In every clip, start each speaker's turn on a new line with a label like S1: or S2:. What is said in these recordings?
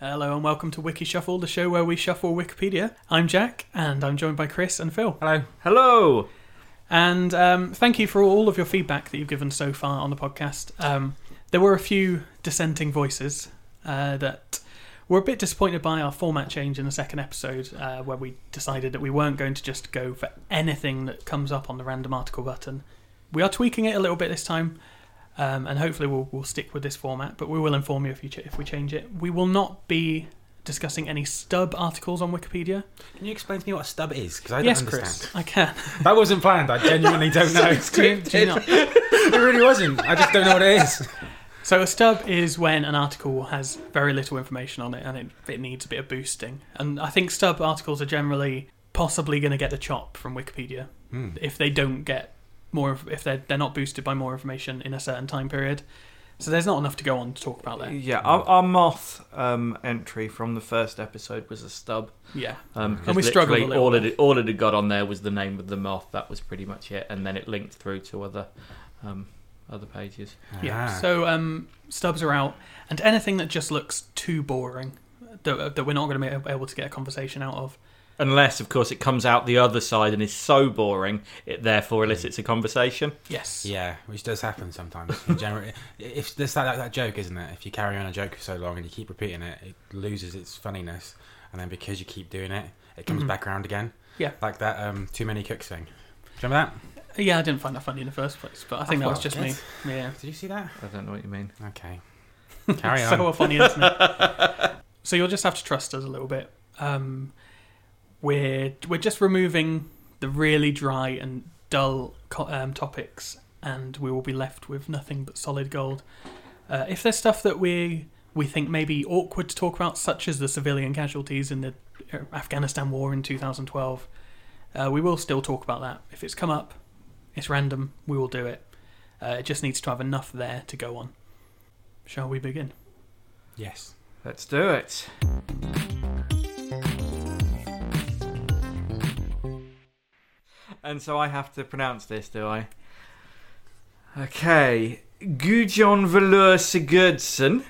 S1: Hello and welcome to Wiki Shuffle, the show where we shuffle Wikipedia. I'm Jack, and I'm joined by Chris and Phil. Hello.
S2: Hello.
S1: And um, thank you for all of your feedback that you've given so far on the podcast. Um, there were a few dissenting voices uh, that were a bit disappointed by our format change in the second episode, uh, where we decided that we weren't going to just go for anything that comes up on the random article button. We are tweaking it a little bit this time, um, and hopefully we'll, we'll stick with this format. But we will inform you if you ch- if we change it. We will not be discussing any stub articles on Wikipedia.
S2: Can you explain to me what a stub is? Because I don't
S1: yes,
S2: understand.
S1: Chris, I can.
S2: That wasn't planned. I genuinely don't know.
S1: Do you- do you not?
S2: it really wasn't. I just don't know what it is.
S1: So a stub is when an article has very little information on it and it, it needs a bit of boosting. And I think stub articles are generally possibly going to get the chop from Wikipedia if they don't get more of- if they're they're not boosted by more information in a certain time period. So there's not enough to go on to talk about there.
S3: Yeah, our, our moth um, entry from the first episode was a stub.
S1: Yeah.
S3: Um,
S1: And we
S3: because
S1: struggled a
S3: literally
S1: little
S3: all it
S1: bit.
S3: all it had got on there was the name of the moth. That was pretty much it, and then it linked through to other um, other pages.
S1: Yeah.
S2: Ah.
S1: So um, stubs are out, and anything that just looks too boring that, that we're not going to be able to get a conversation out of.
S3: Unless, of course, it comes out the other side and is so boring, it therefore elicits a conversation.
S1: Yes.
S2: Yeah, which does happen sometimes. In general, if there's that, that, that joke, isn't it? If you carry on a joke for so long and you keep repeating it, it loses its funniness, and then because you keep doing it, it comes back around again.
S1: Mm-hmm. Yeah.
S2: Like that um, too many cooks thing. Do you remember
S1: Yeah, I didn't find that funny in the first place, but I think that was
S2: thought
S1: just
S2: it
S1: me.
S2: was.
S1: Yeah.
S2: that? Did you see that?
S3: I don't know what you mean.
S2: Okay. Carry on.
S1: so off on the internet. so you'll just have to trust us a little bit. Um, we're we're just removing the really dry and dull co- um, topics, and we will be left with nothing but solid gold. Uh, if there's stuff that we we think may be awkward to talk about, such as the civilian casualties in the uh, Afghanistan war in 2012, uh, we will still talk about that. If it's come up, it's random. We will do it. Uh, it just needs to have enough there to go on. Shall we begin?
S2: yes.
S3: Let's do it. And so I have to pronounce this, do I? Okay. Gujon Valur Sigurdsson.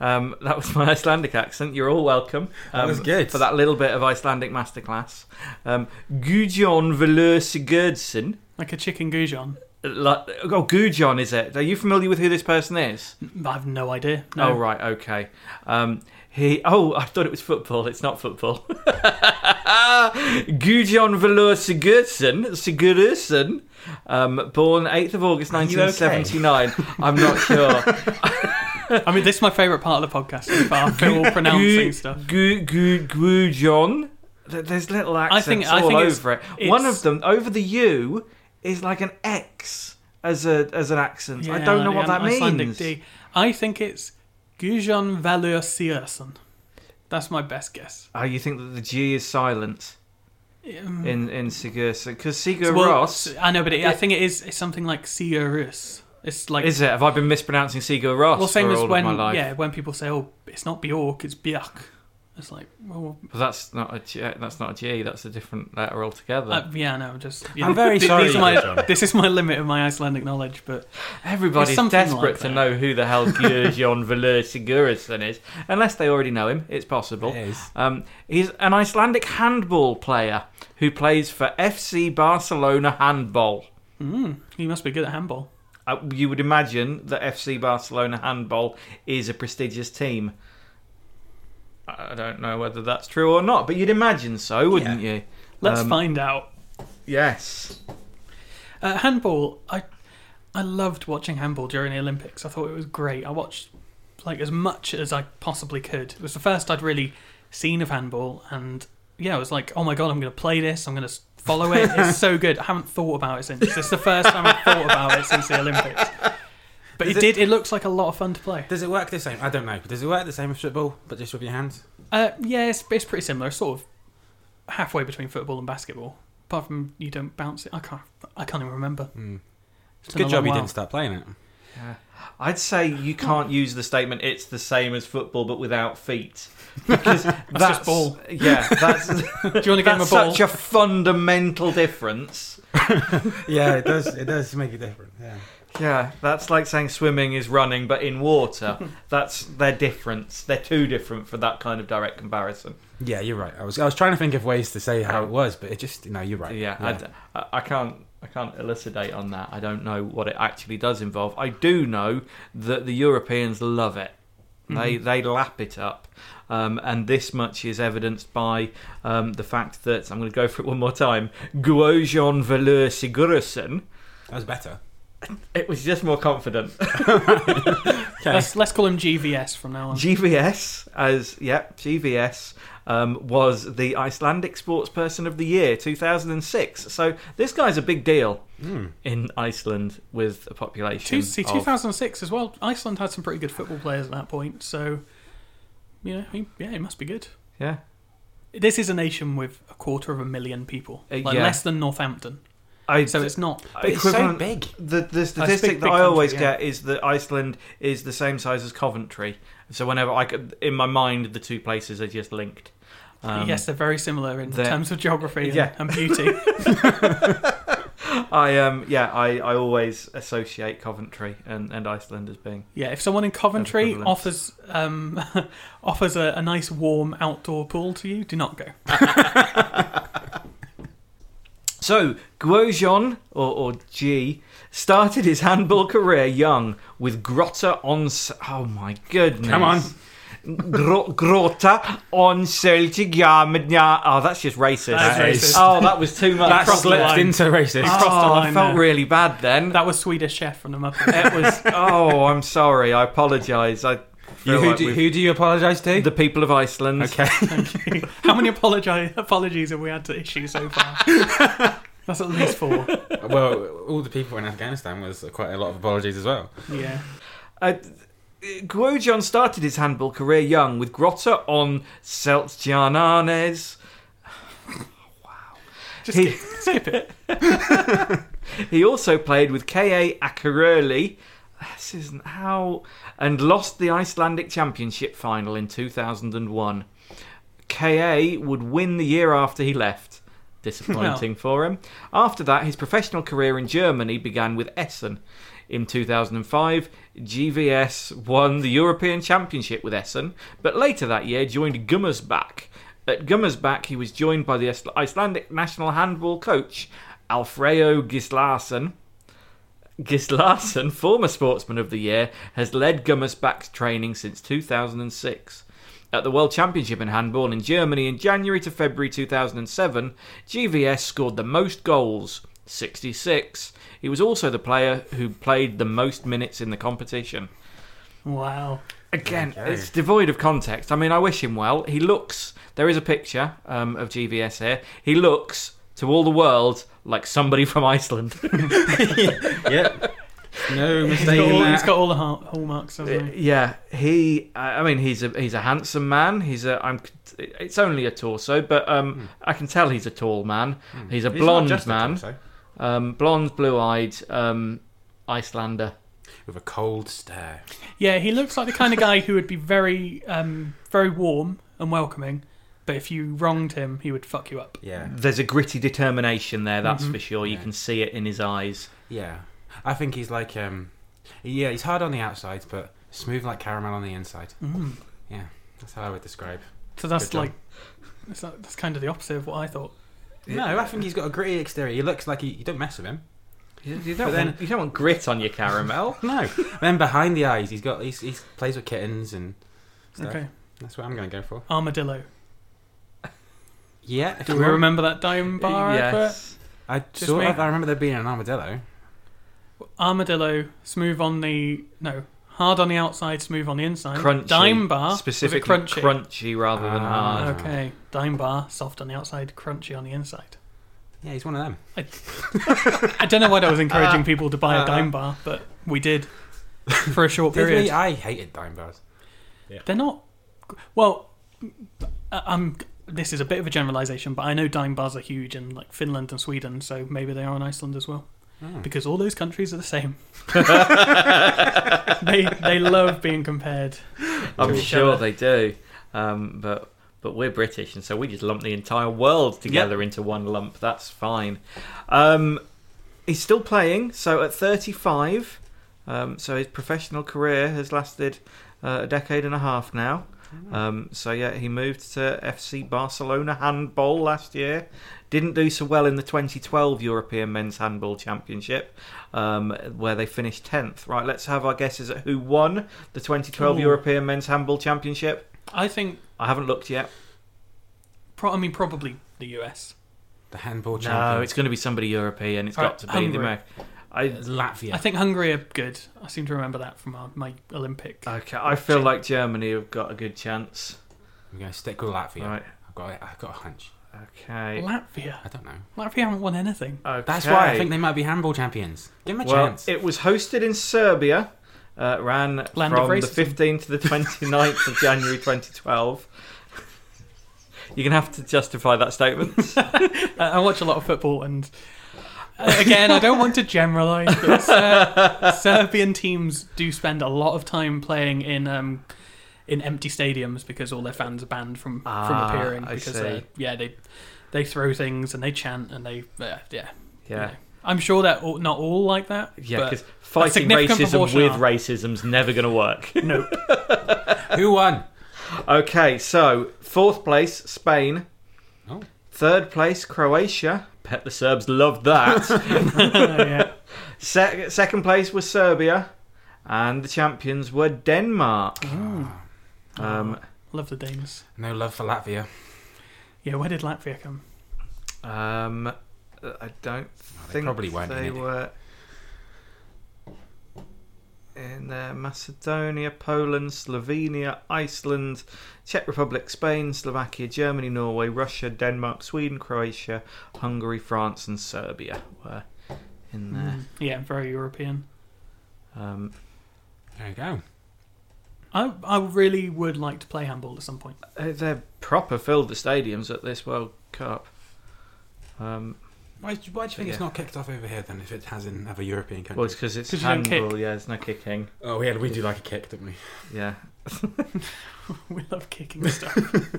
S3: Um, that was my Icelandic accent. You're all welcome.
S2: That
S3: um,
S2: was good.
S3: For that little bit of Icelandic masterclass. Um, Gujon Valur Sigurdsson.
S1: Like a chicken goujon?
S3: Like, oh, Gujon, is it? Are you familiar with who this person is?
S1: I've no idea. No.
S3: Oh right, okay. Um, he. Oh, I thought it was football. It's not football. Gujon Valur Sigurdsson, Sigurðsson, um, born eighth of August
S2: you okay?
S3: nineteen seventy nine. I'm not sure.
S1: I mean, this is my favourite part of the podcast so far. Phil pronouncing stuff.
S3: Gu- Gu- Gujon. Th- There's little accents
S1: think- I
S3: all
S1: think it's-
S3: over it.
S1: it's-
S3: One of them over the U is like an X as a as an accent. I don't know what
S1: Yeah,
S3: that
S1: Icelandic
S3: means.
S1: D. I think it's Gujon Valur Sierson. That's my best guess.
S3: Oh, you think that the G is silent in in Sigurðsson because Sigur
S1: Mm. Well,
S3: Ross
S1: I know, but it, I think it is it's something like Sierus. It's like
S3: is it? Have I been mispronouncing Sigur Ross
S1: well, same
S3: for
S1: as
S3: all
S1: when
S3: of my life?
S1: yeah, when people say, "Oh, it's not Bjork, it's Björk." It's like, well, uh,
S3: But that's not a G, that's not a G. That's a different letter altogether.
S1: uh, yeah, no, just you
S2: I'm
S1: know,
S2: very
S1: th-
S2: sorry,
S1: These are my,
S2: Gujon.
S1: this is my limit of my Icelandic knowledge, but
S3: Everybody's
S1: it's something
S3: desperate
S1: like
S3: to
S1: that.
S3: know who the hell Guðjón Valur Sigurðsson is, unless they already know him. It's possible.
S2: It is.
S3: Um, he's an Icelandic handball player who plays for FC Barcelona handball.
S1: he must be good at handball.
S3: Uh, you would imagine that FC Barcelona handball is a prestigious team. I don't know whether that's true or not, but you'd imagine so, wouldn't
S1: Yeah.
S3: you?
S1: Let's
S3: Um,
S1: find out.
S3: Yes.
S1: Uh, handball, I I loved watching handball during the Olympics. I thought it was great. I watched like as much as I possibly could. It was the first I'd really seen of handball, and yeah, I was like, oh my god, I'm going to play this. I'm going to follow it. It's so good. I haven't thought about it since. It's the first time I've thought about it since the Olympics. But it,
S2: it-
S1: did. It looks like a lot of fun to play.
S2: Does it work the same? I don't know. Does it work the same as football, but just with your hands?
S1: Uh, yeah, it's, it's pretty similar. It's sort of halfway between football and basketball. Apart from you don't bounce it. I can't. I can't even remember. It's been a
S2: Hmm. Good job
S1: long
S2: you
S1: while.
S2: didn't start playing it.
S3: I'd say you can't use the statement "it's the same as football but without feet" because that's,
S1: ball.
S3: Yeah, that's,
S1: Do you want to give him a
S3: that's
S1: ball?
S3: such a fundamental difference.
S2: Yeah, it does. It does make a difference. Yeah.
S3: Yeah, that's like saying swimming is running but in water. that's their difference. They're too different for that kind of direct comparison.
S2: Yeah, you're right. I was I was trying to think of ways to say how it was, but it just no. You're right.
S3: Yeah, I d- I, I can't. I can't elucidate on that. I don't know what it actually does involve. I do know that the Europeans love it. They they lap it up, um, and this much is evidenced by um, the fact that I'm going to go for it one more time. Guojon Valeur Sigurðsson.
S2: that was better.
S3: It was just more confident.
S1: Let's, let's call him GVS from now on.
S3: GVS, as yep, GVS um, was the Icelandic sports person of the year 2006. So this guy's a big deal
S1: Hmm.
S3: in Iceland with a population.
S1: Two, see,
S3: of-
S1: 2006 as well. Iceland had some pretty good football players at that point, so you know, he, yeah, he must be good.
S3: yeah,
S1: This is a nation with a quarter of a million people,
S3: Uh,
S1: like
S3: yeah.
S1: less than Northampton.
S3: I,
S1: So it's not.
S2: it's so
S3: equivalent-
S2: big.
S3: The, the statistic
S1: big
S3: that I
S1: country,
S3: always
S1: yeah.
S3: get is that Iceland is the same size as Coventry. So whenever I could, in my mind, the two places are just linked. Um,
S1: yes, they're very similar in
S3: they're-
S1: terms of geography and,
S3: Yeah.
S1: and beauty.
S3: I um yeah I, I always associate Coventry and, and Iceland as being
S1: yeah, if someone in Coventry
S3: equivalents.
S1: offers um, offers a, a nice warm outdoor pool to you, do not go.
S3: So, Guojon, or, or G, started his handball career young with Grotta Ons. Oh my goodness.
S2: Come on.
S3: Gro- Grotta Onseltigamna. Oh, that's just racist.
S1: That
S2: is That is- racist.
S3: Oh, that was too much.
S2: That
S1: Across the
S2: slipped
S1: line.
S2: into racist.
S3: oh,
S1: crossed the
S3: I
S1: line
S3: felt
S1: there.
S3: really bad then.
S1: That was Swedish Chef from the Muppets.
S3: it was. Oh, I'm sorry. I apologise. I feel
S2: You- who,
S3: like
S2: do,
S3: we've-
S2: who do you apologise to?
S3: the people of Iceland.
S2: okay.
S1: How many apologi- apologies have we had to issue so far? That's at least four.
S2: well, all the people in Afghanistan was quite a lot of apologies as well.
S1: Yeah.
S3: Uh, Guojon started his handball career young with Grotta on Seltjananes.
S1: Just
S3: He-
S1: skip, skip it.
S3: He also played with K.A. Akureyri. This isn't how. And lost the Icelandic Championship final in 2001. K.A. would win the year after he left. Disappointing for him. After that, his professional career in Germany began with Essen. In 2005, GVS won the European Championship with Essen, but later that year joined Gummersbach. At Gummersbach, he was joined by the Ice- Icelandic national handball coach Alfredo Gislason. Gislason, former Sportsman of the Year, has led Gummersbach's training since 2006. At the World Championship in handball in Germany in January to February 2007, GVS scored the most goals, 66. He was also the player who played the most minutes in the competition.
S1: Wow.
S3: Again, it's devoid of context. I mean, I wish him well. He looks. There is a picture um, of GVS here. He looks to all the world like somebody from Iceland.
S2: Yep. No
S1: He's got
S2: mistake in
S1: all, he's
S2: that.
S1: got all the hall- hallmarks, hasn't he?
S3: yeah, he. I I mean, he's a he's a handsome man. He's a. I'm. It's only a torso, but um, I can tell he's a tall man. Hmm. He's a
S2: He's not
S3: blonde
S2: just a
S3: man.
S2: torso.
S3: um, blonde, blue-eyed, um, Icelander.
S2: with a cold stare.
S1: Yeah, he looks like the kind of guy who would be very, um, very warm and welcoming, but if you wronged him, he would fuck you up.
S2: Yeah.
S3: There's a gritty determination there, that's for sure. You can see it in his eyes.
S2: Yeah, I think he's like um, yeah, he's hard on the outside, but smooth like caramel on the inside.
S3: Mm.
S2: Yeah, that's how I would describe.
S1: So that's
S2: Good
S1: like, that's, that's kind of the opposite of what I thought.
S2: No, I think he's got a gritty exterior. He looks like he, you don't mess with him.
S3: You, you don't
S2: But then-
S3: want, you don't want grit on your caramel.
S2: No. then behind the eyes, he's got he's, he's plays with kittens and stuff.
S1: Okay.
S2: That's what I'm going to go for.
S1: Armadillo.
S2: Yeah.
S1: Do we remember that Dime Bar advert?
S3: yes.
S2: I
S1: Just
S2: sort
S1: me?
S2: of, I remember there being an armadillo.
S1: Armadillo, smooth on the no, hard on the outside, smooth on the inside.
S3: Crunchy.
S1: Dime Bar,
S3: Specifically
S1: was it crunchy.
S3: rather than hard.
S2: Ah.
S1: Okay, Dime Bar, soft on the outside, crunchy on the inside.
S2: Yeah, he's one of them.
S1: I, I don't know why that was encouraging people to buy a Dime Bar, but we did for a short
S2: Did
S1: period.
S2: we? I hated dime bars.
S1: They're not. Well, I- I'm. This is a bit of a generalization, but I know dime bars are huge in like Finland and Sweden, so maybe they are in Iceland as well, because all those countries are the same. they they love being compared.
S3: I'm
S1: to each
S3: sure
S1: other.
S3: they do. Um, but but we're British, and so we just lump the entire world together into one lump. That's fine. Um, he's still playing, so at 35, um, so his professional career has lasted uh, a decade and a half now. Um, so yeah, he moved to FC Barcelona handball last year. Didn't do so well in the 2012 European Men's Handball Championship, um, where they finished 10th. Right, let's have our guesses at who won the 2012
S1: Ooh.
S3: European Men's Handball Championship.
S1: I think.
S3: I haven't looked yet.
S1: Pro- I mean, probably the US.
S2: The handball
S3: No, it's
S2: champions.
S3: going to be somebody European. It's
S1: All
S3: got
S1: right,
S3: to be the
S1: Hungary.
S3: American. I,
S2: Latvia.
S1: I think Hungary are good. I seem to remember that from our, my Olympic.
S3: okay, I feel like Germany have got a good chance.
S2: I'm going to stick with Latvia.
S3: Right.
S2: I've got, I've got a hunch.
S3: Okay.
S1: Latvia.
S2: I don't know.
S1: Latvia haven't won anything.
S3: okay.
S2: That's why I think they might be handball champions. Give them a
S3: Well,
S2: chance.
S3: it was hosted in Serbia, uh, ran
S1: Land
S3: from
S1: of
S3: the
S1: racism.
S3: 15th to the 29th of January 2012. You're going to have to justify that statement.
S1: I I watch a lot of football, and uh, again, I don't want to generalise, but Ser- Serbian teams do spend a lot of time playing in um, in empty stadiums because all their fans are banned from,
S3: Ah,
S1: from appearing.
S3: I
S1: Because
S3: see.
S1: uh, yeah, they they throw things and they chant and they uh, yeah you
S3: Yeah.
S1: know. I'm sure that all, not all like that.
S3: Yeah,
S1: but
S3: because
S1: a
S3: fighting
S1: significant
S3: racism
S1: proportion
S3: with
S1: are.
S3: racism's never going to work.
S1: No,
S2: Who won?
S3: okay, so fourth place, Spain.
S2: Oh.
S3: Third place, Croatia. Bet the Serbs loved that.
S1: yeah.
S3: Se- second place was Serbia. And the champions were Denmark. Um,
S1: love the Danes.
S2: No love for Latvia.
S1: Yeah, where did Latvia come?
S3: Um, I don't
S2: they
S3: think
S2: probably weren't
S3: they
S2: in it.
S3: were in there. Macedonia, Poland, Slovenia, Iceland, Czech Republic, Spain, Slovakia, Germany, Norway, Russia, Denmark, Sweden, Croatia, Hungary, France, and Serbia were in there.
S1: Mm, Yeah, very European.
S2: Hmm.
S3: Um,
S2: There you go.
S1: I I really would like to play handball at some point.
S3: uh, they're proper filled the stadiums at this World Cup. Um,
S2: Why, do- why do you think it's
S3: Yeah.
S2: not kicked off over here then if it has in other European
S3: well,
S2: countries?
S3: it's because it's
S1: 'Cause you don't kick.
S3: handball. Yeah, there's no kicking.
S2: oh, yeah, we do like a kick, don't we?
S3: Yeah.
S1: we love kicking stuff.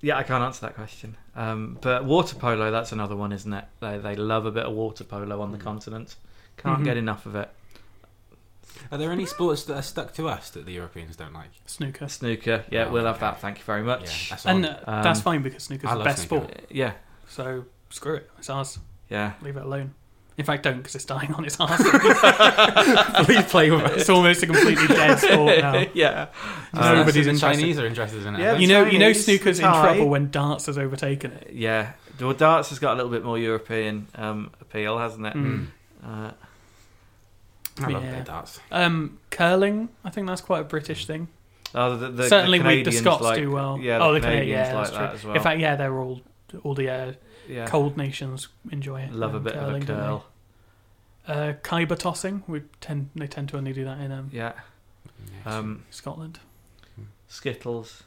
S3: Yeah, I can't answer that question. Um, but water polo, that's another one, isn't it? They, they love a bit of water polo
S1: Mm.
S3: on the continent.
S1: Mm-hmm.
S3: Can't get enough of it.
S2: Are there any sports that are stuck to us that the Europeans don't like?
S1: Snooker.
S3: Snooker, yeah,
S2: Oh,
S3: we'll have
S2: okay.
S3: that. Thank you very
S2: Yeah,
S3: much.
S2: that's
S1: And
S2: on.
S1: uh, that's
S3: Um,
S1: fine because snooker's
S2: I
S1: the
S2: love
S1: best
S2: snooker.
S1: sport.
S3: Yeah,
S1: So screw it. It's ours.
S3: yeah.
S1: Leave it alone. In fact, don't because it's dying on its arse.
S2: Please play with us.
S1: it's almost a completely dead sport now.
S3: yeah.
S1: Nobody's
S2: the
S1: interested.
S2: Chinese are interested in it.
S3: Yeah,
S2: Yeah,
S1: You know, you know,
S3: Chinese
S1: snooker's in
S3: tie.
S1: trouble when darts has overtaken it.
S3: Yeah. Well, darts has got a little bit more European um, appeal, hasn't it?
S1: Mm.
S3: Uh,
S2: I love
S1: Yeah.
S2: their darts.
S1: Um, curling, I think that's quite a British thing.
S3: oh, the, the, the
S1: Certainly, we the
S3: Canadians
S1: Scots
S3: like-
S1: do well.
S3: Yeah,
S1: oh,
S3: the
S1: Cana-
S3: Canadians
S1: yeah,
S3: like
S1: that's
S3: that
S1: true.
S3: as well.
S1: In fact, yeah, they're all all the uh,
S3: yeah.
S1: cold nations enjoy it.
S3: love a
S1: um,
S3: bit
S1: curling,
S3: of a
S1: don't they?
S3: curl.
S1: Uh, Khyber tossing, we tend they tend to only do that in um,
S3: Yeah. Um,
S1: Scotland.
S3: Skittles.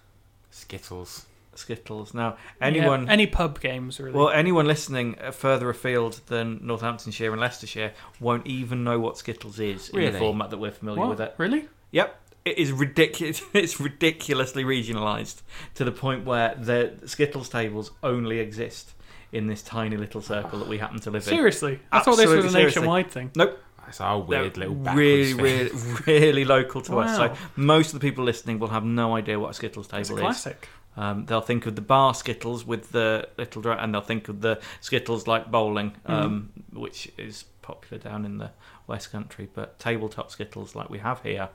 S2: Skittles.
S3: Skittles. Now, anyone.
S1: Yeah, any pub games really?
S3: Well, anyone listening uh, further afield than Northamptonshire and Leicestershire won't even know what Skittles is in the
S2: Really?
S3: format that we're familiar
S1: What?
S3: with it.
S1: Really?
S3: Yep. It is ridiculous. It's ridiculously regionalised to the point where the Skittles tables only exist in this tiny little circle that we happen to live in.
S1: Seriously, I thought this was
S3: Absolutely
S1: a
S3: seriously.
S1: nationwide thing.
S3: Nope.
S2: That's our
S3: They're
S2: weird little backwards
S3: really,
S2: thing.
S3: really, really local to us. So
S1: Wow.
S3: most of the people listening will have no idea what a Skittles
S1: It's a
S3: table is.
S1: classic.
S3: Um, they'll think of the bar skittles with the little dra- and they'll think of the skittles like bowling,
S1: Mm-hmm.
S3: um, which is popular down in the West Country. But tabletop skittles like we have here,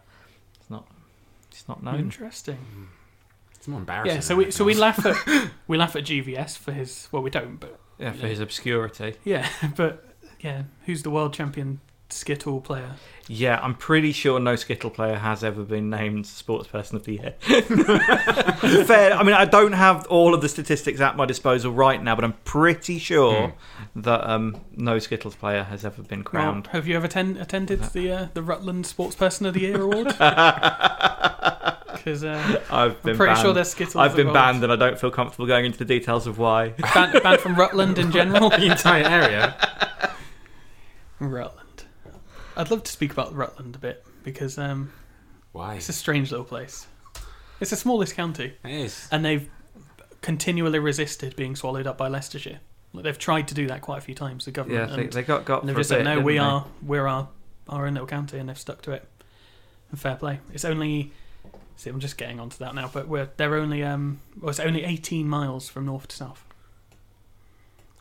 S3: it's not It's not known.
S1: Interesting.
S2: It's more embarrassing.
S1: Yeah, so
S2: than
S1: we so we
S2: anything
S1: laugh at we laugh at GVS for his well we don't but
S3: Yeah, for his obscurity.
S1: yeah but yeah who's the world champion skittle player
S3: Yeah, I'm pretty sure no Skittle player has ever been named Sports Person of the Year. Fair. I mean, I don't have all of the statistics at my disposal right now, but I'm pretty sure
S1: Hmm.
S3: that um, no Skittles player has ever been
S1: Well,
S3: crowned.
S1: have you ever ten- attended the uh, the Rutland Sports Person of the Year award? Because uh,
S3: I've been
S1: pretty
S3: banned.
S1: sure there's Skittles
S3: I've been
S1: involved.
S3: banned, and I don't feel comfortable going into the details of why.
S1: banned, banned from Rutland in general.
S2: else. The entire area.
S1: Rutland. I'd love to speak about Rutland a bit because um,
S2: Why?
S1: it's a strange little place. It's the smallest county,
S2: It is.
S1: and they've continually resisted being swallowed up by Leicestershire. Like, they've tried to do that quite a few times. The
S3: yeah,
S1: government.
S3: I think
S1: and-
S3: they got got.
S1: And they've
S3: for a
S1: just said,
S3: bit,
S1: no,
S3: didn't
S1: we
S3: they?
S1: are, we're our, our own little county, and they've stuck to it. And fair play. It's only, see, I'm just getting onto that now, but we're they're only, um, well, it's only 18 miles from north to south.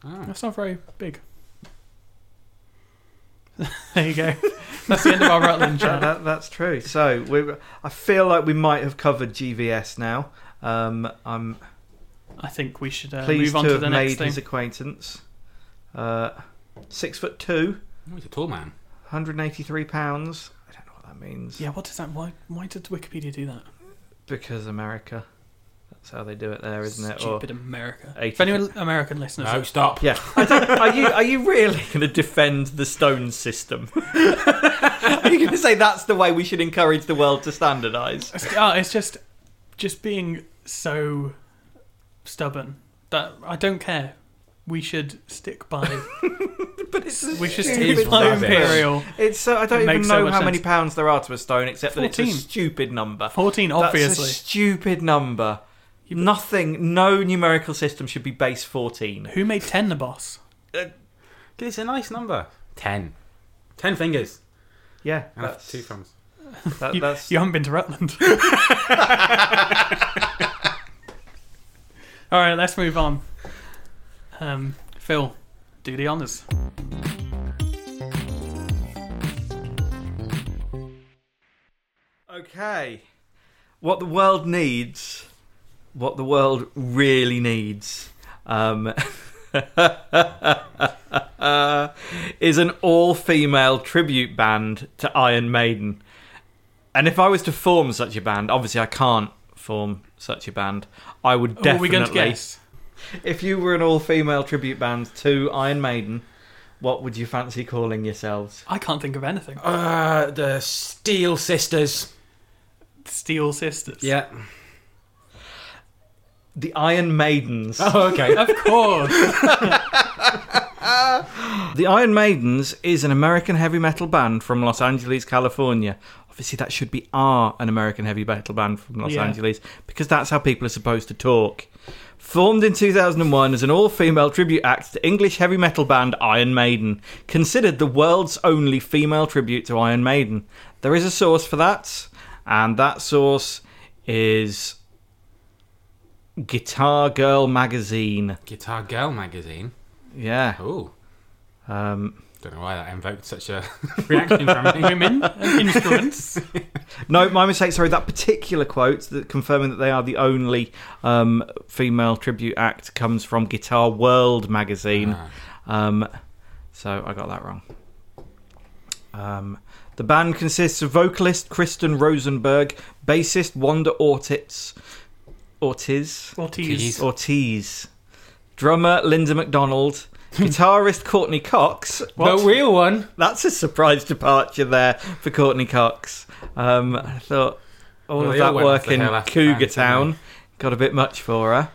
S2: Oh.
S1: That's not very big. there you go. That's the end of our Rutland
S3: That-
S1: chat.
S3: Uh, that- that's true. So we, I feel like we might have covered GVS now. Um, I'm
S1: I think we should uh,
S3: pleased
S1: move on
S3: to
S1: to,
S3: have
S1: the
S3: made
S1: next thing.
S3: his acquaintance. Uh, six foot two,
S2: Oh, He's a tall man.
S3: 183 pounds. I don't know what that means.
S1: Yeah, what does that? Why? Why did Wikipedia do that?
S3: Because America. That's how they do it there, isn't it? Or-
S1: Stupid America.
S3: Eighty-
S1: If anyone American listeners,
S2: No, stop.
S3: yeah. I don't- are you are you really going to defend the Stones system? are you going to say that's the way we should encourage the world to standardise?
S1: It's, oh, it's just just being so stubborn that I don't care. We should stick by.
S3: But it's
S1: we should
S2: It
S1: stick
S2: is
S1: by
S2: rubbish.
S1: imperial.
S3: It's so I don't
S1: It
S3: even
S1: makes so
S3: know
S1: much
S3: how many
S1: sense.
S3: pounds there are to a stone, except that it's
S1: 14.
S3: a stupid number.
S1: Fourteen,
S3: That's a
S1: obviously.
S3: stupid number. Nothing. No numerical system should be base fourteen.
S1: Who made ten the boss?
S2: It's a nice number. Ten. Ten fingers.
S3: Yeah,
S2: And
S3: that's
S2: that's two thumbs.
S3: that,
S1: You,
S3: that's
S1: you haven't been to Rutland. All right, let's move on. Um, Phil, do the honors.
S3: okay. What the world needs, what the world really needs, um, is an all-female tribute band to Iron Maiden. And if I was to form such a band, obviously I can't form such a band. I would
S1: What
S3: definitely.
S1: are we going to guess?
S3: If you were an all-female tribute band to Iron Maiden, what would you fancy calling yourselves?
S1: I can't think of anything.
S2: Uh, the Steel Sisters.
S1: Steel Sisters.
S2: Yeah.
S3: The Iron Maidens.
S2: Oh, okay.
S1: Of course.
S3: The Iron Maidens is an American heavy metal band from Los Angeles, California. Obviously, that should be are an American heavy metal band from Los
S1: Yeah.
S3: Angeles because that's how people are supposed to talk. Formed in 2001 as an all female tribute act to English heavy metal band Iron Maiden, considered the world's only female tribute to Iron Maiden. There is a source for that, and that source is Guitar Girl magazine.
S2: Guitar Girl magazine.
S3: Yeah.
S2: Oh.
S3: Um,
S2: Don't know why that invoked such a reaction from me.
S1: Women and instruments.
S3: No, my mistake. Sorry, that particular quote that confirming that they are the only um, female tribute act comes from Guitar World magazine.
S2: Ah.
S3: Um, so I got that wrong. Um, the band consists of vocalist Kristen Rosenberg, bassist Wanda Ortiz, Ortiz,
S1: Ortiz.
S3: Ortiz, drummer Linda McDonald, guitarist Courtney Cox.
S2: The real one.
S3: That's a surprise departure there for Courtney Cox. Um, I thought all
S2: Well,
S3: of
S2: they
S3: that
S2: all went off
S3: work
S2: the
S3: in
S2: hill after that,
S3: Cougar
S2: didn't
S3: Town got a bit much for her.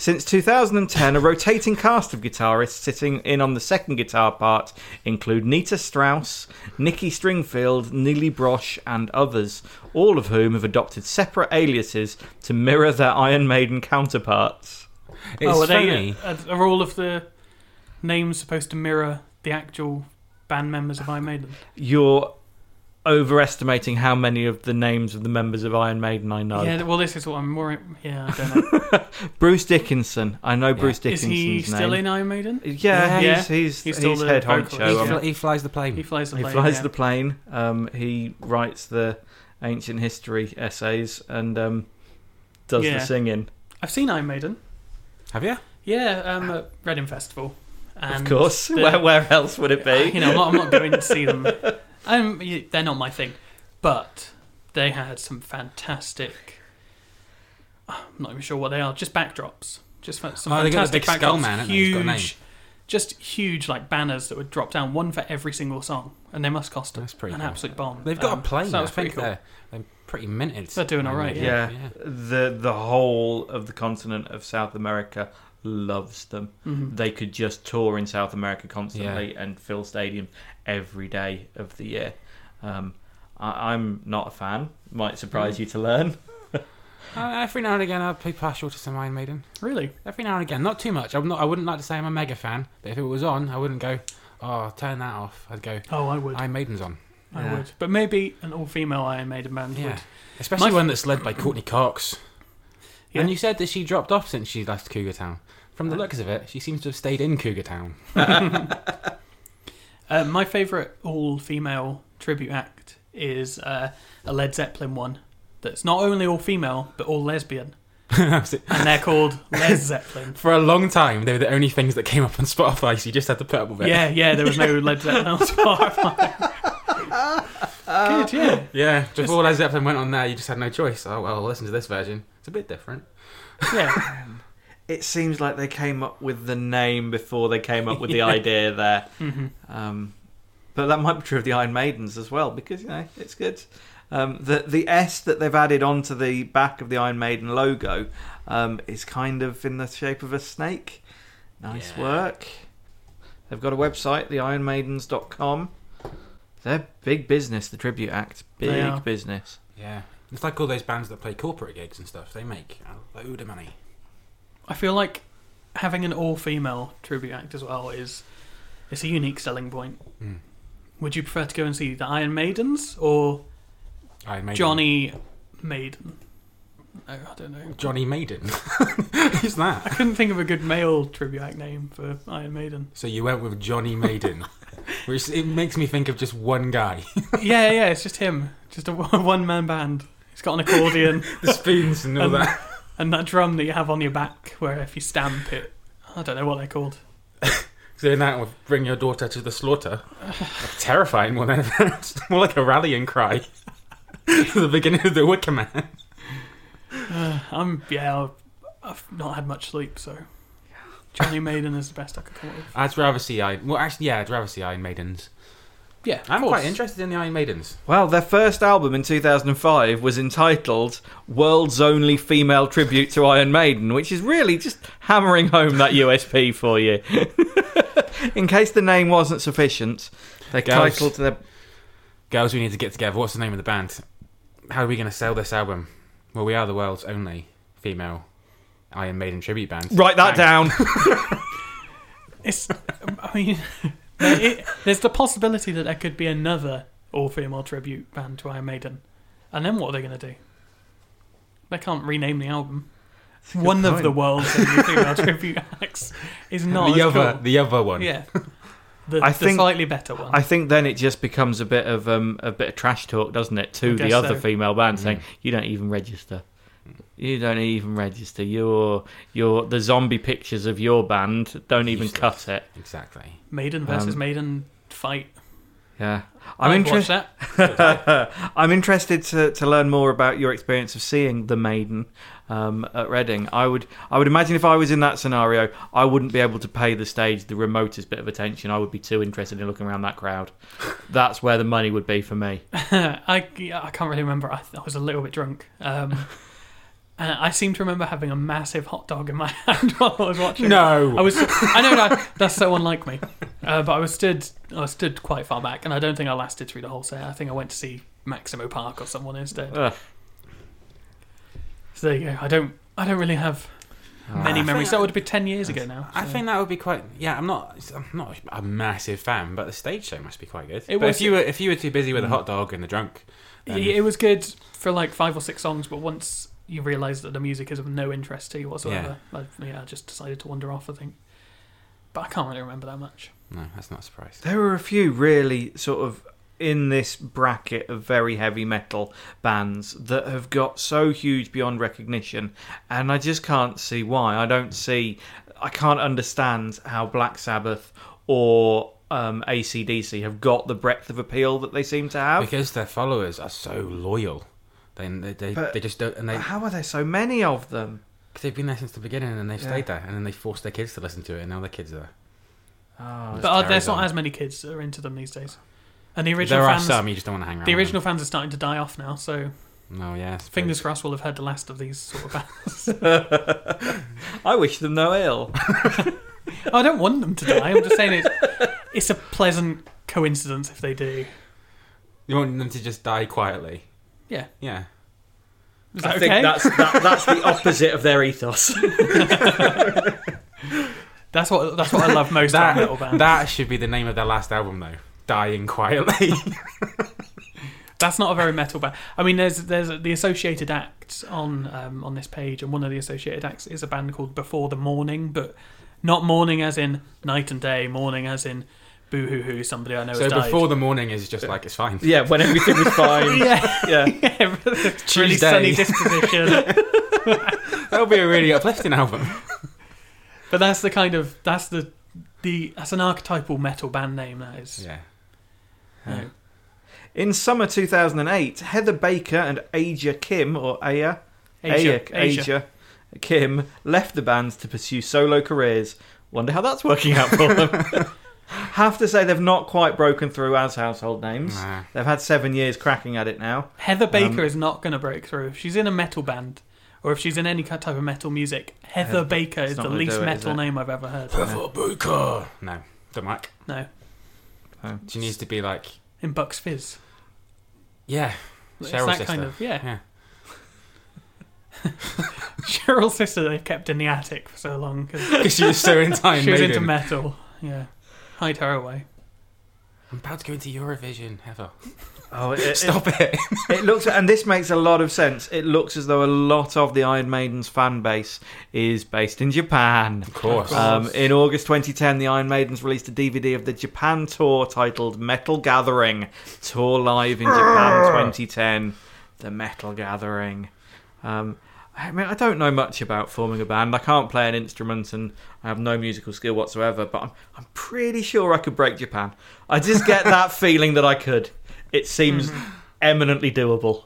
S3: Since 2010, a rotating cast of guitarists sitting in on the second guitar part include Nita Strauss, Nikki Stringfield, Neely Brosh, and others, all of whom have adopted separate aliases to mirror their Iron Maiden counterparts.
S2: It's
S1: oh, are
S2: funny.
S1: they? Are, are all of the names supposed to mirror the actual band members of Iron Maiden?
S3: You're overestimating how many of the names of the members of Iron Maiden I
S2: Oh.
S3: know.
S1: Yeah. Well, this is what I'm more. Yeah, I don't know.
S3: Bruce Dickinson. I know Bruce
S1: is
S3: Dickinson's
S1: he still
S3: name.
S1: in Iron Maiden?
S3: Yeah,
S1: Yeah.
S3: he's he's
S1: He's
S3: he's,
S1: still the
S3: head
S1: vocalist.
S2: He,
S3: honcho.
S1: Yeah.
S2: fl- he flies the plane.
S1: He flies the
S3: He
S1: plane,
S3: flies
S1: yeah.
S3: the plane. Um, he writes the ancient history essays and um, does
S1: Yeah.
S3: the singing.
S1: I've seen Iron Maiden.
S2: Have you?
S1: Yeah, um, at Reading Festival. And
S3: Of course,
S1: the-
S3: where where else would it be?
S1: you know, I'm not, I'm not going to see them. Um, y- they're not my thing, but they had some fantastic. I'm not even sure what they are. Just backdrops. Just fa- some
S2: Oh, they got the
S1: fantastic
S2: big skull
S1: backdrops.
S2: man, haven't they? He's got a
S1: huge, just huge like banners that would drop down, one for every single song, and they must cost a,
S2: That's pretty
S1: an
S2: cool.
S1: absolute bomb.
S2: They've got
S1: Um,
S2: a plane.
S1: so that
S2: I
S1: was pretty
S2: think
S1: cool.
S2: they're, they're pretty minted.
S1: They're doing all right,
S3: yeah. the the whole of the continent of South America loves them. They could just tour in South America constantly and fill stadiums every day of the year. Um, I, I'm not a fan. Might surprise you to learn.
S2: Uh, every now and again, I'd be partial to some Iron Maiden.
S1: Really?
S2: Every now and again, not too much. I'm not. I wouldn't like to say I'm a mega fan, but if it was on, I wouldn't go. Oh, turn that off. I'd go.
S1: Oh, I would. I,
S2: Iron Maiden's on.
S3: Yeah.
S1: would. But maybe an all-female Iron Maiden band
S2: Yeah,
S1: would.
S2: especially
S1: My-
S2: one that's led by Courtney Cox.
S1: Yeah.
S2: And you said that she dropped off since she left Cougar Town. From the looks of it, she seems to have stayed in Cougar Town.
S1: Uh, my favourite all-female tribute act is uh, a Led Zeppelin one that's not only all-female but all lesbian, and they're called Les Zeppelin.
S2: For a long time, they were the only things that came up on Spotify, so you just had to put up with it.
S1: Yeah, yeah, there was no Led Zeppelin on Spotify. Good, yeah.
S2: Yeah, before Led Zeppelin went on there, you just had no choice. Oh, well, listen to this version. It's a bit different.
S1: yeah.
S3: It seems like they came up with the name before they came up with the idea there.
S1: Mm-hmm.
S3: Um, but that might be true of the Iron Maidens as well, because you know it's good. Um, the the S that they've added onto the back of the Iron Maiden logo um, is kind of in the shape of a snake. Nice
S2: Yeah.
S3: work. They've got a website, theironmaidens.com. They're big business, the Tribute Act.
S1: They are.
S3: Big business.
S2: Yeah. It's like all those bands that play corporate gigs and stuff. They make a load of money.
S1: I feel like having an all-female tribute act as well is it's a unique selling point.
S2: Hmm.
S1: Would you prefer to go and see the Iron Maidens or
S2: Iron Maiden.
S1: Johnny Maiden? No, I don't know.
S2: Johnny Maiden. Who's that?
S1: Couldn't think of a good male tribute act name for Iron Maiden.
S2: So you went with Johnny Maiden, which it makes me think of just one guy.
S1: Yeah, yeah, it's just him. Just a one man band. He's got an accordion
S2: the spoons and all
S1: Um,
S2: that.
S1: and that drum that you have on your back where if you stamp it, I don't know what they're called.
S2: Doing that with Bring Your Daughter to the Slaughter. terrifying more than anything else. More like a rallying cry. the beginning of The Wicker Man.
S1: I'm, yeah, I've, I've not had much sleep, so. Johnny Maiden is the best I could come up with.
S2: I'd rather see Iron... Well, actually, yeah, I'd rather see Iron Maidens.
S1: Yeah,
S2: I'm quite interested in the Iron Maidens.
S3: Well, their first album in 2005 was entitled World's Only Female Tribute to Iron Maiden, which is really just hammering home that USP for you. in case the name wasn't sufficient, they
S2: Girls.
S3: titled their.
S2: Girls, we need to get together. What's the name of the band? How are we going to sell this album? Well, we are the world's only female Iron Maiden tribute band.
S3: Write that
S2: Bang.
S3: down.
S1: It's, I mean, it, there's the possibility that there could be another all female tribute band to Iron Maiden. And then what are they going to do? They can't rename the album. One of
S3: point.
S1: the world's only female tribute acts is not
S2: The
S1: as
S2: other,
S1: cool.
S2: the other one.
S1: Yeah. The,
S3: I
S1: the
S3: think-
S1: slightly better one.
S3: I think then it just becomes a bit of um, a bit of trash talk, doesn't it, to
S1: guess
S3: the other
S1: so.
S3: female band saying, "You don't even register. You don't even register. Your your the zombie pictures of your band don't even
S2: Useless.
S3: cut it."
S2: Exactly.
S1: Maiden versus
S3: Um,
S1: Maiden fight.
S3: Yeah,
S1: i
S3: I'm
S1: would watch
S3: interested.
S1: that.
S3: I'm interested to, to learn more about your experience of seeing the Maiden um, at Reading. I would I would imagine if I was in that scenario, I wouldn't be able to pay the stage the remotest bit of attention. I would be too interested in looking around that crowd. That's where the money would be for me.
S1: I, yeah, I can't really remember. I, I was a little bit drunk. Um, and I seem to remember having a massive hot dog in my hand while I was watching.
S2: No.
S1: I was. I know that, that's so unlike me. Uh, but I was stood. I was stood quite far back, and I don't think I lasted through the whole set. I think I went to see Maximo Park or someone instead.
S3: Ugh.
S1: So there you go. I don't. I don't really have many
S2: Ah. I
S1: memories.
S2: think-
S1: That would be ten years ago now.
S2: I
S1: so.
S2: think that would be quite. Yeah, I'm not. I'm not a massive fan, but the stage show must be quite good.
S1: It Mm.
S2: but
S1: was-
S2: if you were if you were too busy with the hot dog and the drunk, then
S1: Yeah, it was good for like five or six songs, but once you realise that the music is of no interest to you whatsoever, I, yeah, I just decided to wander off. I think, but I can't really remember that much.
S2: no, that's not a surprise.
S3: There were a few really sort of in this bracket of very heavy metal bands that have got so huge beyond recognition, and I just can't see why. I don't see, I can't understand how Black Sabbath or um, ACDC have got the breadth of appeal that they seem to have.
S2: because their followers are so loyal. They they they,
S3: But-
S2: they just don't and they
S3: But how are there so many of them?
S2: cause they've been there since the beginning and they've stayed there and then they forced their kids to listen to it and now their kids are. there.
S1: But are,
S2: carries
S1: there's not
S2: on.
S1: as many kids that are into them these days. And the original
S2: There are
S1: fans,
S2: some you just don't want to hang around.
S1: the original
S2: With.
S1: fans are starting to die off now. So
S2: No, yeah. it's very-
S1: fingers crossed, we'll have heard the last of these sort of bands.
S3: I wish them no ill.
S1: I don't want them to die. I'm just saying it's it's a pleasant coincidence if they do.
S2: You want them to just die quietly.
S1: Yeah,
S2: Yeah.
S1: is that
S4: I
S1: okay?
S4: think that's that, that's the opposite of their ethos.
S1: That's what that's what I love most about metal
S2: That
S1: bands.
S2: that should be the name of their last album though. Dying quietly.
S1: That's not a very metal band. I mean, there's there's the associated acts on um, on this page, and one of the associated acts is a band called Before the Morning, but not morning as in night and day, morning as in boo hoo hoo. Somebody I know
S2: so
S1: has died.
S2: before the morning is just like it's fine.
S4: yeah, when everything was fine.
S1: yeah,
S4: Yeah.
S1: yeah, really, really
S2: Tuesday.
S1: sunny disposition.
S2: That'll be a really uplifting album.
S1: but that's the kind of that's the the that's an archetypal metal band name. That is.
S2: Yeah.
S1: No.
S3: In summer 2008, Heather Baker and Aja Kim, or Aya,
S1: Asia,
S3: Ayak, uh, Asia, Kim left the band to pursue solo careers. Wonder how that's working out for them. Have to say they've not quite broken through as household names.
S2: Nah.
S3: They've had seven years cracking at it now.
S1: Heather Baker is not going to break through. If she's in a metal band, or if she's in any type of metal music, Heather Baker is
S3: not
S1: the
S3: gonna
S1: least
S3: do it, is
S1: metal
S3: it?
S1: name I've ever heard.
S2: No. Don't like.
S1: No,
S2: She needs to be like
S1: in Bucks Fizz.
S2: yeah.
S1: It's
S2: Cheryl's
S1: that
S2: sister.
S1: kind of yeah.
S2: Yeah.
S1: Cheryl's sister they've kept in the attic for so long because
S2: Because she was so in time.
S1: she was into
S2: Maiden.
S1: metal. Yeah, hide her away.
S2: I'm about to go into Eurovision, Heather.
S3: Oh, it, it,
S2: Stop it.
S3: it looks, and this makes a lot of sense. It looks as though a lot of the Iron Maiden's fan base is based in Japan.
S2: Of course.
S3: Um, in August 2010, the Iron Maidens released a DVD of the Japan tour titled Metal Gathering Tour Live in Japan 2010. The Metal Gathering. Um, I mean, I don't know much about forming a band. I can't play an instrument and I have no musical skill whatsoever, but I'm, I'm pretty sure I could break Japan. I just get that feeling that I could. It seems eminently doable.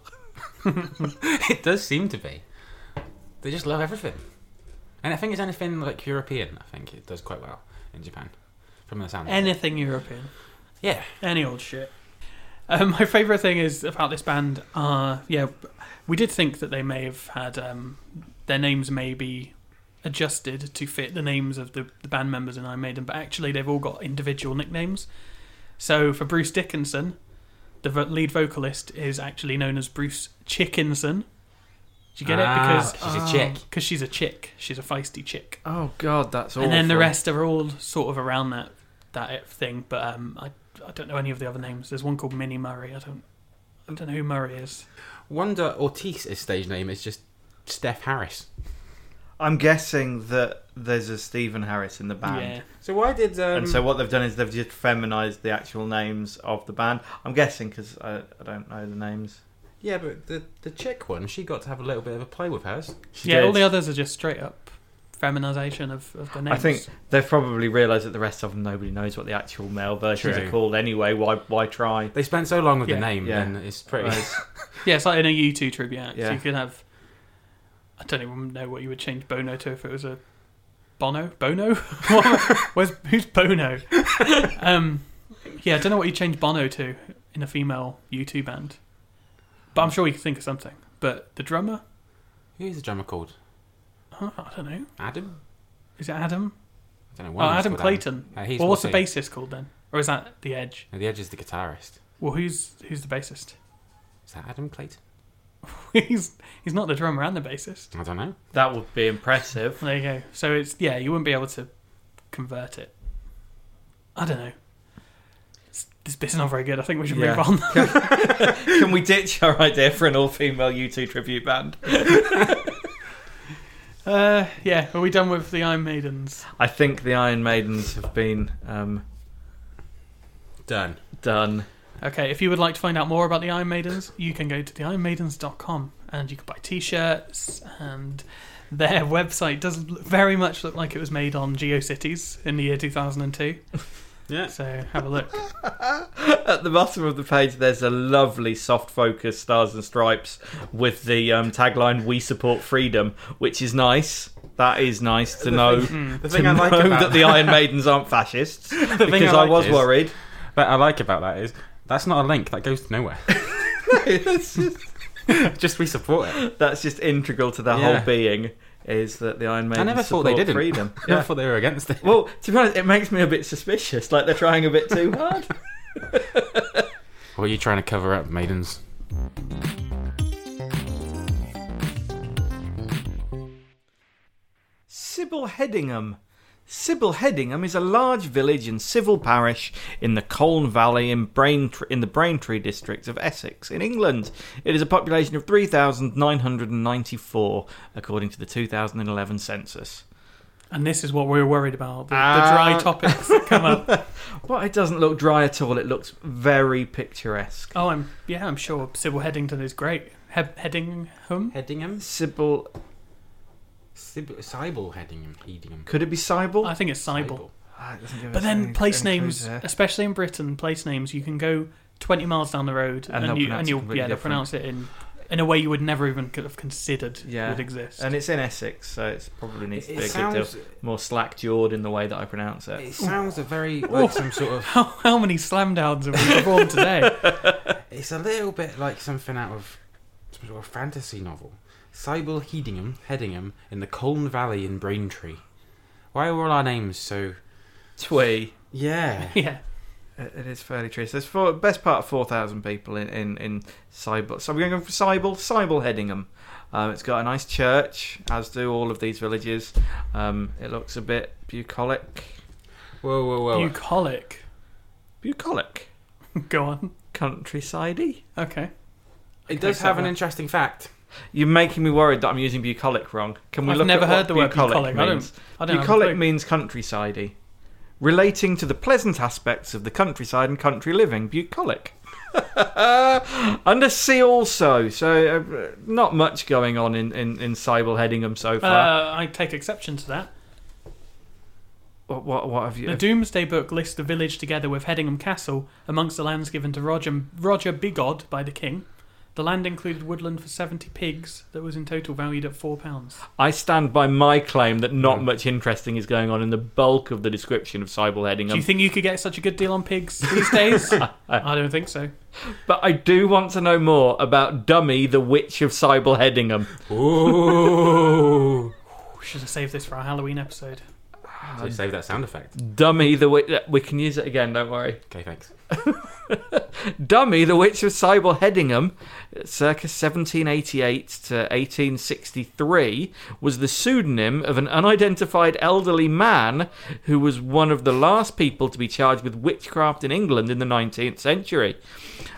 S2: it does seem to be. They just love everything. And I think it's anything like European, I think it does quite well in Japan. From the sound. of it.
S1: Anything European,
S2: yeah.
S1: any old shit. Um, my favourite thing is about this band are yeah, we did think that they may have had um, their names may be adjusted to fit the names of the, the band members in Iron Maiden, but actually they've all got individual nicknames. So for Bruce Dickinson, the vo- lead vocalist is actually known as Bruce Chickinson. Do you get
S2: Ah,
S1: it? Because um,
S2: she's a chick.
S1: because she's a chick, she's a feisty chick,
S3: Oh, God, that's awful.
S1: and then the rest are all sort of around that that thing. But um, I I don't know any of the other names. There's one called Minnie Murray. I don't I don't know who Murray is.
S2: Wanda Ortiz's stage name is just Steph Harris.
S3: I'm guessing that there's a Stephen Harris in the band.
S1: Yeah.
S2: So why did um,
S3: And so what they've done is they've just feminized the actual names of the band. I'm guessing because I, I don't know the names.
S2: Yeah, but the the chick one, she got to have a little bit of a play with hers.
S3: She
S1: yeah, all
S3: did.
S1: the others are just straight up feminization of, of the names.
S3: I think they've probably realised that the rest of them nobody knows what the actual male versions
S2: True.
S3: are called anyway. Why why try?
S2: They spent so long with
S1: Yeah.
S2: the name,
S3: Yeah.
S2: then it's pretty.
S1: Yeah, it's like in a U two tribute act.
S3: Yeah.
S1: You could have I don't even know what you would change Bono to if it was a Bono? Bono? Where's who's Bono? um yeah, I don't know what you change Bono to in a female U two band. But I'm sure you could think of something. But the drummer?
S2: Who's the drummer called?
S1: Oh, I don't know.
S2: Adam?
S1: Is it Adam?
S2: I don't know.
S1: oh,
S2: one of them's
S1: Adam
S2: called
S1: Clayton.
S2: Uh, he's
S1: well, what's the
S2: Watty.
S1: bassist called then? Or is that the Edge?
S2: No, the Edge is the guitarist.
S1: Well, who's who's the bassist?
S2: Is that Adam Clayton?
S1: he's he's not the drummer and the bassist.
S2: I don't know.
S3: That would be impressive.
S1: There you go. So it's yeah, you wouldn't be able to convert it. I don't know. It's- This bit's not very good. I think we should
S3: Yeah.
S1: move on.
S3: Can we ditch our idea for an all-female U2 tribute band?
S1: Uh, yeah, are we done with the Iron Maidens?
S3: I think the Iron Maidens have been um,
S2: Done.
S3: done.
S1: Okay, if you would like to find out more about the Iron Maidens, you can go to theironmaidens.com and you can buy t shirts. And their website does l- very much look like it was made on GeoCities in the year 2002.
S2: Yeah.
S1: So have a look.
S3: At the bottom of the page, there's a lovely soft focus stars and stripes with the um, tagline "We support freedom," which is nice. That is nice to know.
S2: The
S3: to
S2: thing I like
S3: know
S2: about
S3: that the Iron Maidens aren't fascists
S2: thing
S3: because
S2: I
S3: I,
S2: like
S3: was
S2: is-
S3: worried.
S2: that I like about that is that's not a link that goes to nowhere.
S3: that's, just,
S2: Just we support it.
S3: that's just integral to their
S2: Yeah.
S3: whole being is that the Iron
S2: I
S3: Maidens
S2: never thought
S3: support
S2: they didn't.
S3: freedom.
S2: I never thought they were against it.
S3: Well, to be honest, it makes me a bit suspicious. Like they're trying a bit too hard.
S2: What are you trying to cover up, maidens?
S3: Sybil Headingham. Sybil Headingham is a large village and civil parish in the Colne Valley in, Braintree, in the Braintree district of Essex in England. It is a population of 3,994 according to the 2011 census.
S1: And this is what we were worried about the, the
S3: Ah.
S1: dry topics that come up.
S3: Well, it doesn't look dry at all. It looks very picturesque.
S1: Oh, I'm yeah, I'm sure Sybil Headington is great. He- Headingham?
S2: Headingham?
S3: Sybil,
S2: Cybal Headingham. Headingham.
S3: could it be Sybil?
S1: I think it's Sybil.
S3: Ah, it doesn't give
S1: But
S3: us
S1: then
S3: any
S1: place
S3: clue
S1: names,
S3: there.
S1: especially in Britain, place names you can go twenty miles down the road
S3: And
S1: and,
S3: they'll
S1: you
S3: pronounce
S1: and
S3: it
S1: you'll
S3: completely
S1: yeah they'll
S3: different.
S1: pronounce it in in a way you would never even could have considered
S3: Yeah.
S1: would exist.
S3: And it's in Essex, so it's probably needs to
S2: It
S3: be a good
S2: sounds,
S3: deal more slack jawed in the way that I pronounce it.
S2: it sounds a very like some sort of.
S1: how, how many slam downs have we performed today?
S2: It's a little bit like something out of some sort of fantasy novel. Cybal Headingham, Headingham, in the Colne Valley in Braintree. Why are all our names so?
S3: Twee.
S2: Yeah.
S1: yeah,
S3: It it is fairly true. So there's four, best part of 4,000 people in, in, in Cybel. So we're going to go for Cybel, Cybel Headingham. Um, it's got a nice church, as do all of these villages. Um, it looks a bit bucolic.
S2: Whoa, whoa, whoa.
S1: bucolic.
S3: Bucolic?
S1: Go on.
S3: Countryside
S1: Okay.
S2: it does have an interesting fact.
S3: You're making me worried that I'm using bucolic wrong. Can we
S1: I've
S3: look
S1: never
S3: at what
S1: heard the word bucolic. I
S3: means?
S1: don't. I don't. have a
S3: Bucolic
S1: clue.
S3: means countryside relating to the pleasant aspects of the countryside and country living. Bucolic. Under sea also, so uh, not much going on in, in, in Cybele Headingham so far.
S1: Uh, I take exception to that.
S3: what, what, what have you?
S1: The Doomsday Book lists the village together with Headingham Castle amongst the lands given to Roger, Roger Bigod by the king. The land included woodland for 70 pigs that was in total valued at £4.
S3: I stand by my claim that not much interesting is going on in the bulk of the description of Cybele
S1: Mm. Do
S3: Headingham.
S1: you think you could get such a good deal on pigs these days? I don't think so.
S3: but I do want to know more about Dummy, the Witch of Cybele Headingham.
S2: Ooh.
S1: We should have saved this for our Halloween episode.
S2: so save that sound effect.
S3: Dummy, the Witch. We can use it again, don't worry.
S2: Okay, thanks.
S3: Dummy, the Witch of Cybele Headingham, circa 1788 to 1863, was the pseudonym of an unidentified elderly man who was one of the last people to be charged with witchcraft in England in the 19th century.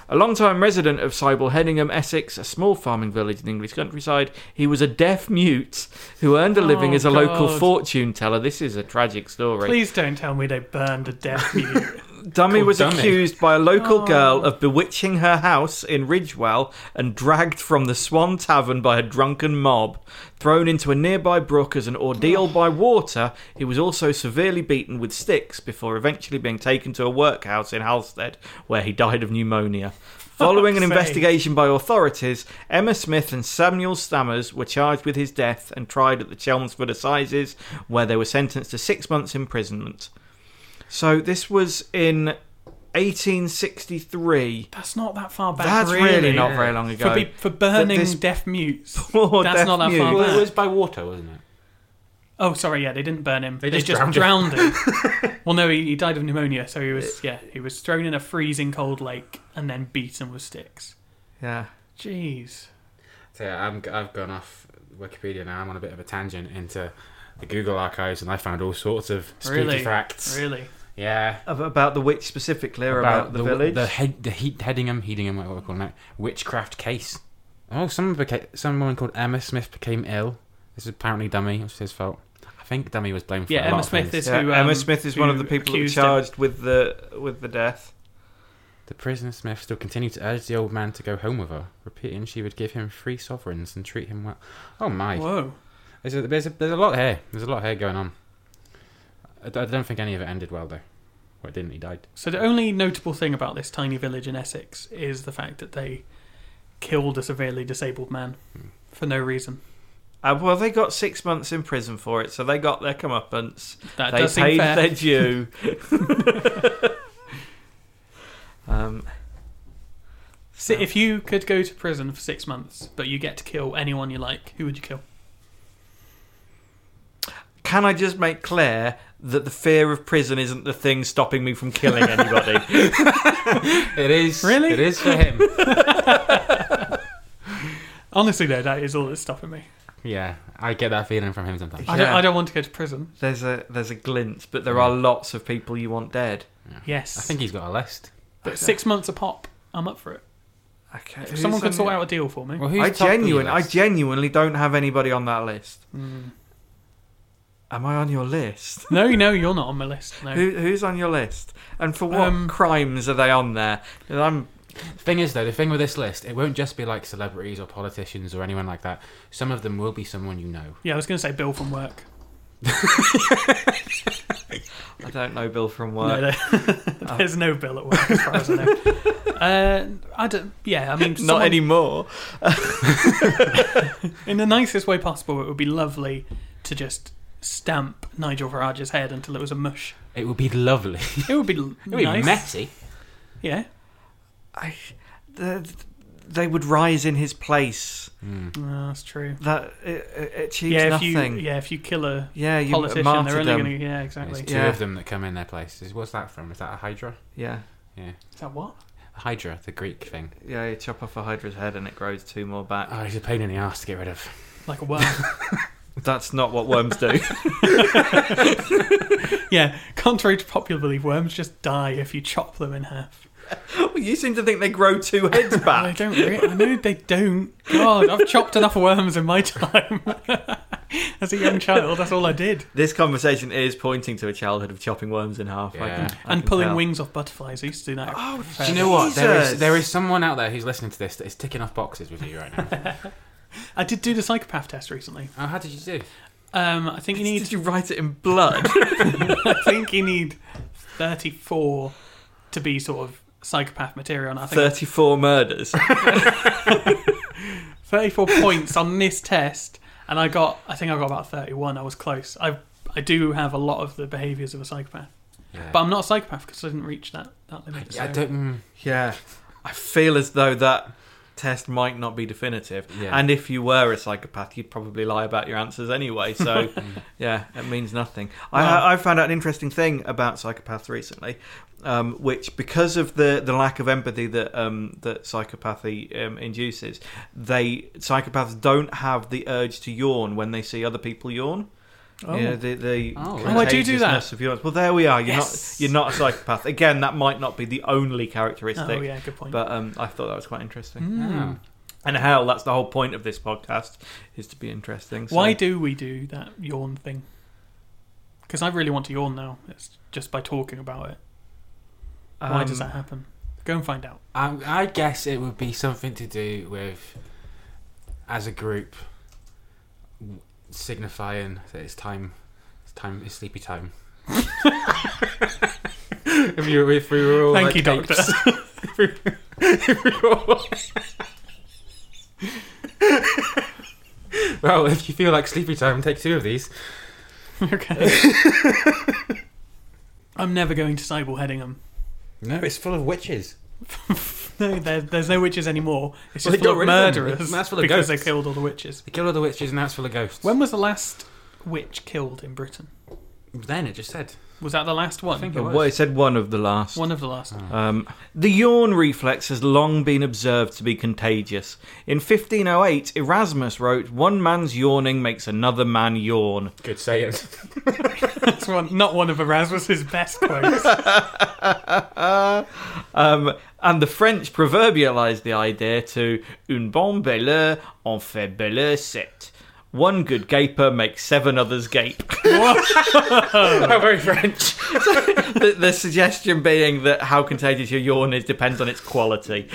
S3: A long-time resident of Cybele Headingham, Essex, a small farming village in the English countryside, he was a deaf mute who earned a living
S1: Oh,
S3: as a local
S1: God.
S3: fortune teller. This is a tragic story.
S1: Please don't tell me they burned a deaf mute.
S3: Dummy
S2: Called
S3: was
S2: Dummy.
S3: accused by a local girl of bewitching her house in Ridgewell and dragged from the Swan Tavern by a drunken mob. Thrown into a nearby brook as an ordeal by water, he was also severely beaten with sticks before eventually being taken to a workhouse in Halstead, where he died of pneumonia. Following an
S1: Fuck's sake.
S3: investigation by authorities, Emma Smith and Samuel Stammers were charged with his death and tried at the Chelmsford Assizes, where they were sentenced to six months' imprisonment. So this was in 1863.
S1: That's not that far back.
S3: That's
S1: really,
S3: really, not very long ago.
S1: For, be, for burning
S3: this
S1: deaf mutes.
S3: poor
S1: That's
S3: deaf
S1: not that
S3: mute-
S1: far
S2: Well,
S1: back.
S2: it was by water, wasn't it?
S1: Oh, sorry, yeah, they didn't burn him. They
S2: just
S1: just, drowned,
S2: drowned
S1: him. well, no, he, he died of pneumonia, so he was yeah, he was thrown in a freezing cold lake and then beaten with sticks.
S3: yeah.
S1: Jeez.
S2: So yeah, I'm, I've gone off Wikipedia now. I'm on a bit of a tangent into the Google archives, and I found all sorts of spooky
S1: Really?
S2: facts.
S1: Really?
S2: Yeah.
S3: Ab- About the witch specifically, or about, the, village.
S2: the head, the heat, Headingham, Headingham, whatever we're calling it, witchcraft case. Oh, someone became, some woman called Emma Smith became ill. This is apparently Dummy. It's his fault. I think Dummy was blamed for
S1: Yeah,
S2: a
S1: Emma
S2: lot of
S1: Smith
S2: things.
S1: is-
S3: Yeah,
S1: who,
S3: Emma
S1: um,
S3: Smith is one of
S1: who
S3: the people that were
S1: accused him.
S3: charged with the with the death.
S2: The prisoner Smith still continued to urge the old man to go home with her, repeating she would give him three sovereigns and treat him well. Oh my!
S1: Whoa.
S2: There's a, there's, a, there's a lot here. There's a lot here going on. I, d- I don't think any of it ended well, though. Well, it didn't. He died.
S1: So the only notable thing about this tiny village in Essex is the fact that they killed a severely disabled man for no reason.
S3: Uh, well, they got six months in prison for it, so they got their comeuppance.
S1: That
S3: they
S1: does
S3: paid
S1: seem fair.
S3: their due. um,
S1: So if you could go to prison for six months, but you get to kill anyone you like, who would you kill?
S3: can I just make clear that the fear of prison isn't the thing stopping me from killing anybody?
S2: It is.
S1: Really?
S2: It is for him.
S1: Honestly, though, that is all that's stopping me.
S2: yeah, I get that feeling from him sometimes.
S1: I, don't,
S3: Yeah.
S1: I don't want to go to prison.
S3: there's a there's a glint, but
S1: Hmm.
S3: there are lots of people you want dead.
S1: Yes.
S2: I think he's got a list.
S1: but six months a pop, I'm up for it.
S3: Okay,
S1: If
S3: who's
S1: someone
S3: on
S1: could sort
S3: your-
S1: out a deal for me.
S2: Well, who's
S3: I
S2: top of your
S3: genuine, I
S2: list?
S3: genuinely don't have anybody on that list.
S1: Hmm.
S3: Am I on your list?
S1: No, no, you're not on my list. No.
S3: Who, who's on your list? And for what
S1: Um,
S3: crimes are they on there? 'Cause I'm
S2: Thing is, though, the thing with this list, it won't just be like celebrities or politicians or anyone like that. Some of them will be someone you know.
S1: Yeah, I was going to say Bill from work.
S3: I don't know Bill from
S1: No,
S3: work.
S1: there- there's no Bill at work as far as I know. Uh, I don't. Yeah, I mean, someone-
S3: Not anymore.
S1: In the nicest way possible, it would be lovely to just stamp Nigel Farage's head until it was a mush.
S2: It would be lovely.
S1: It would be l-
S2: it would be
S1: nice.
S2: messy.
S1: Yeah.
S3: I, the, they would rise in his place.
S1: No, that's true.
S3: That it, it achieves
S1: Yeah, if you
S3: nothing. yeah.
S1: yeah, if you kill a
S3: you
S1: politician, they're
S3: martyr
S1: only
S3: them.
S1: going to yeah,
S2: There's
S1: exactly.
S2: two
S3: Yeah.
S2: of them that come in their place. Is- What's that from? Is that a Hydra?
S3: Yeah,
S2: Yeah.
S1: Is that what?
S2: A Hydra, the Greek thing.
S3: yeah. You chop off a hydra's head and it grows two more back.
S2: Oh, he's a pain in the ass to get rid of.
S1: Like a worm?
S3: That's not what worms do.
S1: yeah. Contrary to popular belief, worms just die if you chop them in half.
S3: well, you seem to think they grow two heads
S1: I
S3: back.
S1: don't. Re- I know they don't. God, I've chopped enough worms in my time. As a young child, that's all I did.
S3: this conversation is pointing to a childhood of chopping worms in half. I
S2: Yeah.
S3: can, I
S1: And
S3: can
S1: pulling
S3: tell.
S1: wings off butterflies. I used to do that. Oh,
S2: Do you know what? There is,
S3: Jesus.
S2: there is someone out there who's listening to this that is ticking off boxes with you right now.
S1: I did do the psychopath test recently.
S2: oh, how did you do?
S1: Um, I think you need
S3: Did you write it in blood?
S1: I think you need 34 to be sort of psychopath material. And I think
S3: Thirty-four murders.
S1: 34 points on this test, and I got, I think I got about 31. I was close. I, I do have a lot of the behaviours of a psychopath,
S2: Yeah.
S1: but I'm not a psychopath because I didn't reach that, that limit.
S2: Yeah, I
S1: so-
S2: don't. mm,
S3: Yeah, I feel as though that test might not be definitive.
S2: Yeah.
S3: And if you were a psychopath, you'd probably lie about your answers anyway. So, yeah, it means nothing. I, I found out an interesting thing about psychopaths recently, um, which because of the, the lack of empathy that um, that psychopathy um, induces, they psychopaths don't have the urge to yawn when they see other people yawn. Oh. Yeah, the, the
S2: Oh,
S1: Oh, I do do that.
S3: contagiousness of yours. Well, there we are. You're
S1: Yes.
S3: not you're not a psychopath. Again, that might not be the only characteristic.
S1: Oh, yeah, Hmm? good point.
S3: But um, I thought that was quite interesting.
S2: oh.
S3: And hell, that's the whole point of this podcast is to be interesting. so- uh,
S1: Why do we do that yawn thing? Because I really want to yawn now. It's just by talking about it. Why
S3: um,
S1: does that happen? Go and find out.
S2: I, I guess it would be something to do with, as a group, w- signifying that it's time, it's time, it's sleepy time. if, you, if we were all
S1: Thank
S2: like
S1: you,
S2: apes.
S1: Doctor.
S2: well, if you feel like sleepy time, take two of these.
S1: okay. I'm never going to Cyborg Headingham.
S2: No, it's full of witches.
S1: No, there, there's no witches anymore. It's
S2: Well,
S1: just
S2: they got
S1: full of
S2: rid of them.
S1: murderers
S2: That's full of
S1: because
S2: ghosts.
S1: they killed all the witches.
S2: They kill all the witches, and now it's full of ghosts.
S1: When was the last witch killed in Britain?
S2: then it just said.
S1: Was that the last one?
S2: I think it
S3: Well, it
S2: was.
S3: said one of the last.
S1: One of the last.
S3: Um, the yawn reflex has long been observed to be contagious. In 1508, Erasmus wrote, "One man's yawning makes another man yawn."
S2: Good saying.
S1: That's one, not one of Erasmus's best quotes.
S3: Um, and the French proverbialised the idea to "Un bon belleur en fait belleur set." One good gaper makes seven others gape.
S4: How very French.
S3: the, the suggestion being that how contagious your yawn is depends on its quality.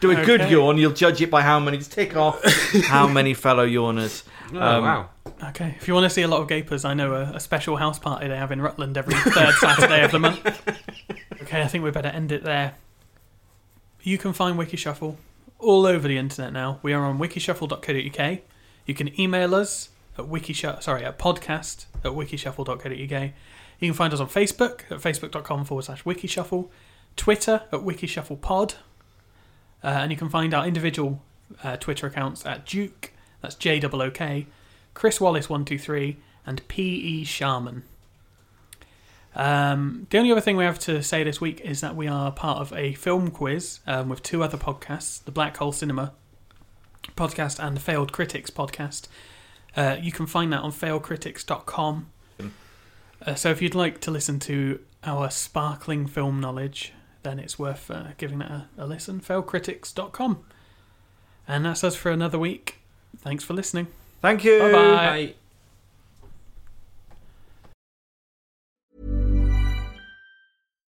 S3: Do a good
S1: Okay.
S3: yawn, you'll judge it by how many tick off, how many fellow yawners.
S2: Oh, wow.
S1: Okay, if you want to see a lot of gapers, I know a, a special house party they have in Rutland every third Saturday of the month. Okay, I think we better end it there. You can find Wikishuffle all over the internet now. We are on wikishuffle.co.uk. You can email us at wikishuffle, sorry, at podcast at wikishuffle.co.uk. You can find us on Facebook at facebook.com forward slash wikishuffle, Twitter at wikishufflepod, uh, and you can find our individual uh, Twitter accounts at Duke, that's J O O K, Chris Wallace one two three, and P E Sharman. Um, the only other thing we have to say this week is that we are part of a film quiz um, with two other podcasts, the Black Hole Cinema podcast and the Failed Critics podcast. Uh, you can find that on failedcritics.com. Uh, so if you'd like to listen to our sparkling film knowledge, then it's worth uh, giving that a, a listen. Failedcritics.com. And that's us for another week. Thanks for listening.
S3: Thank you.
S1: Bye bye.
S4: Bye.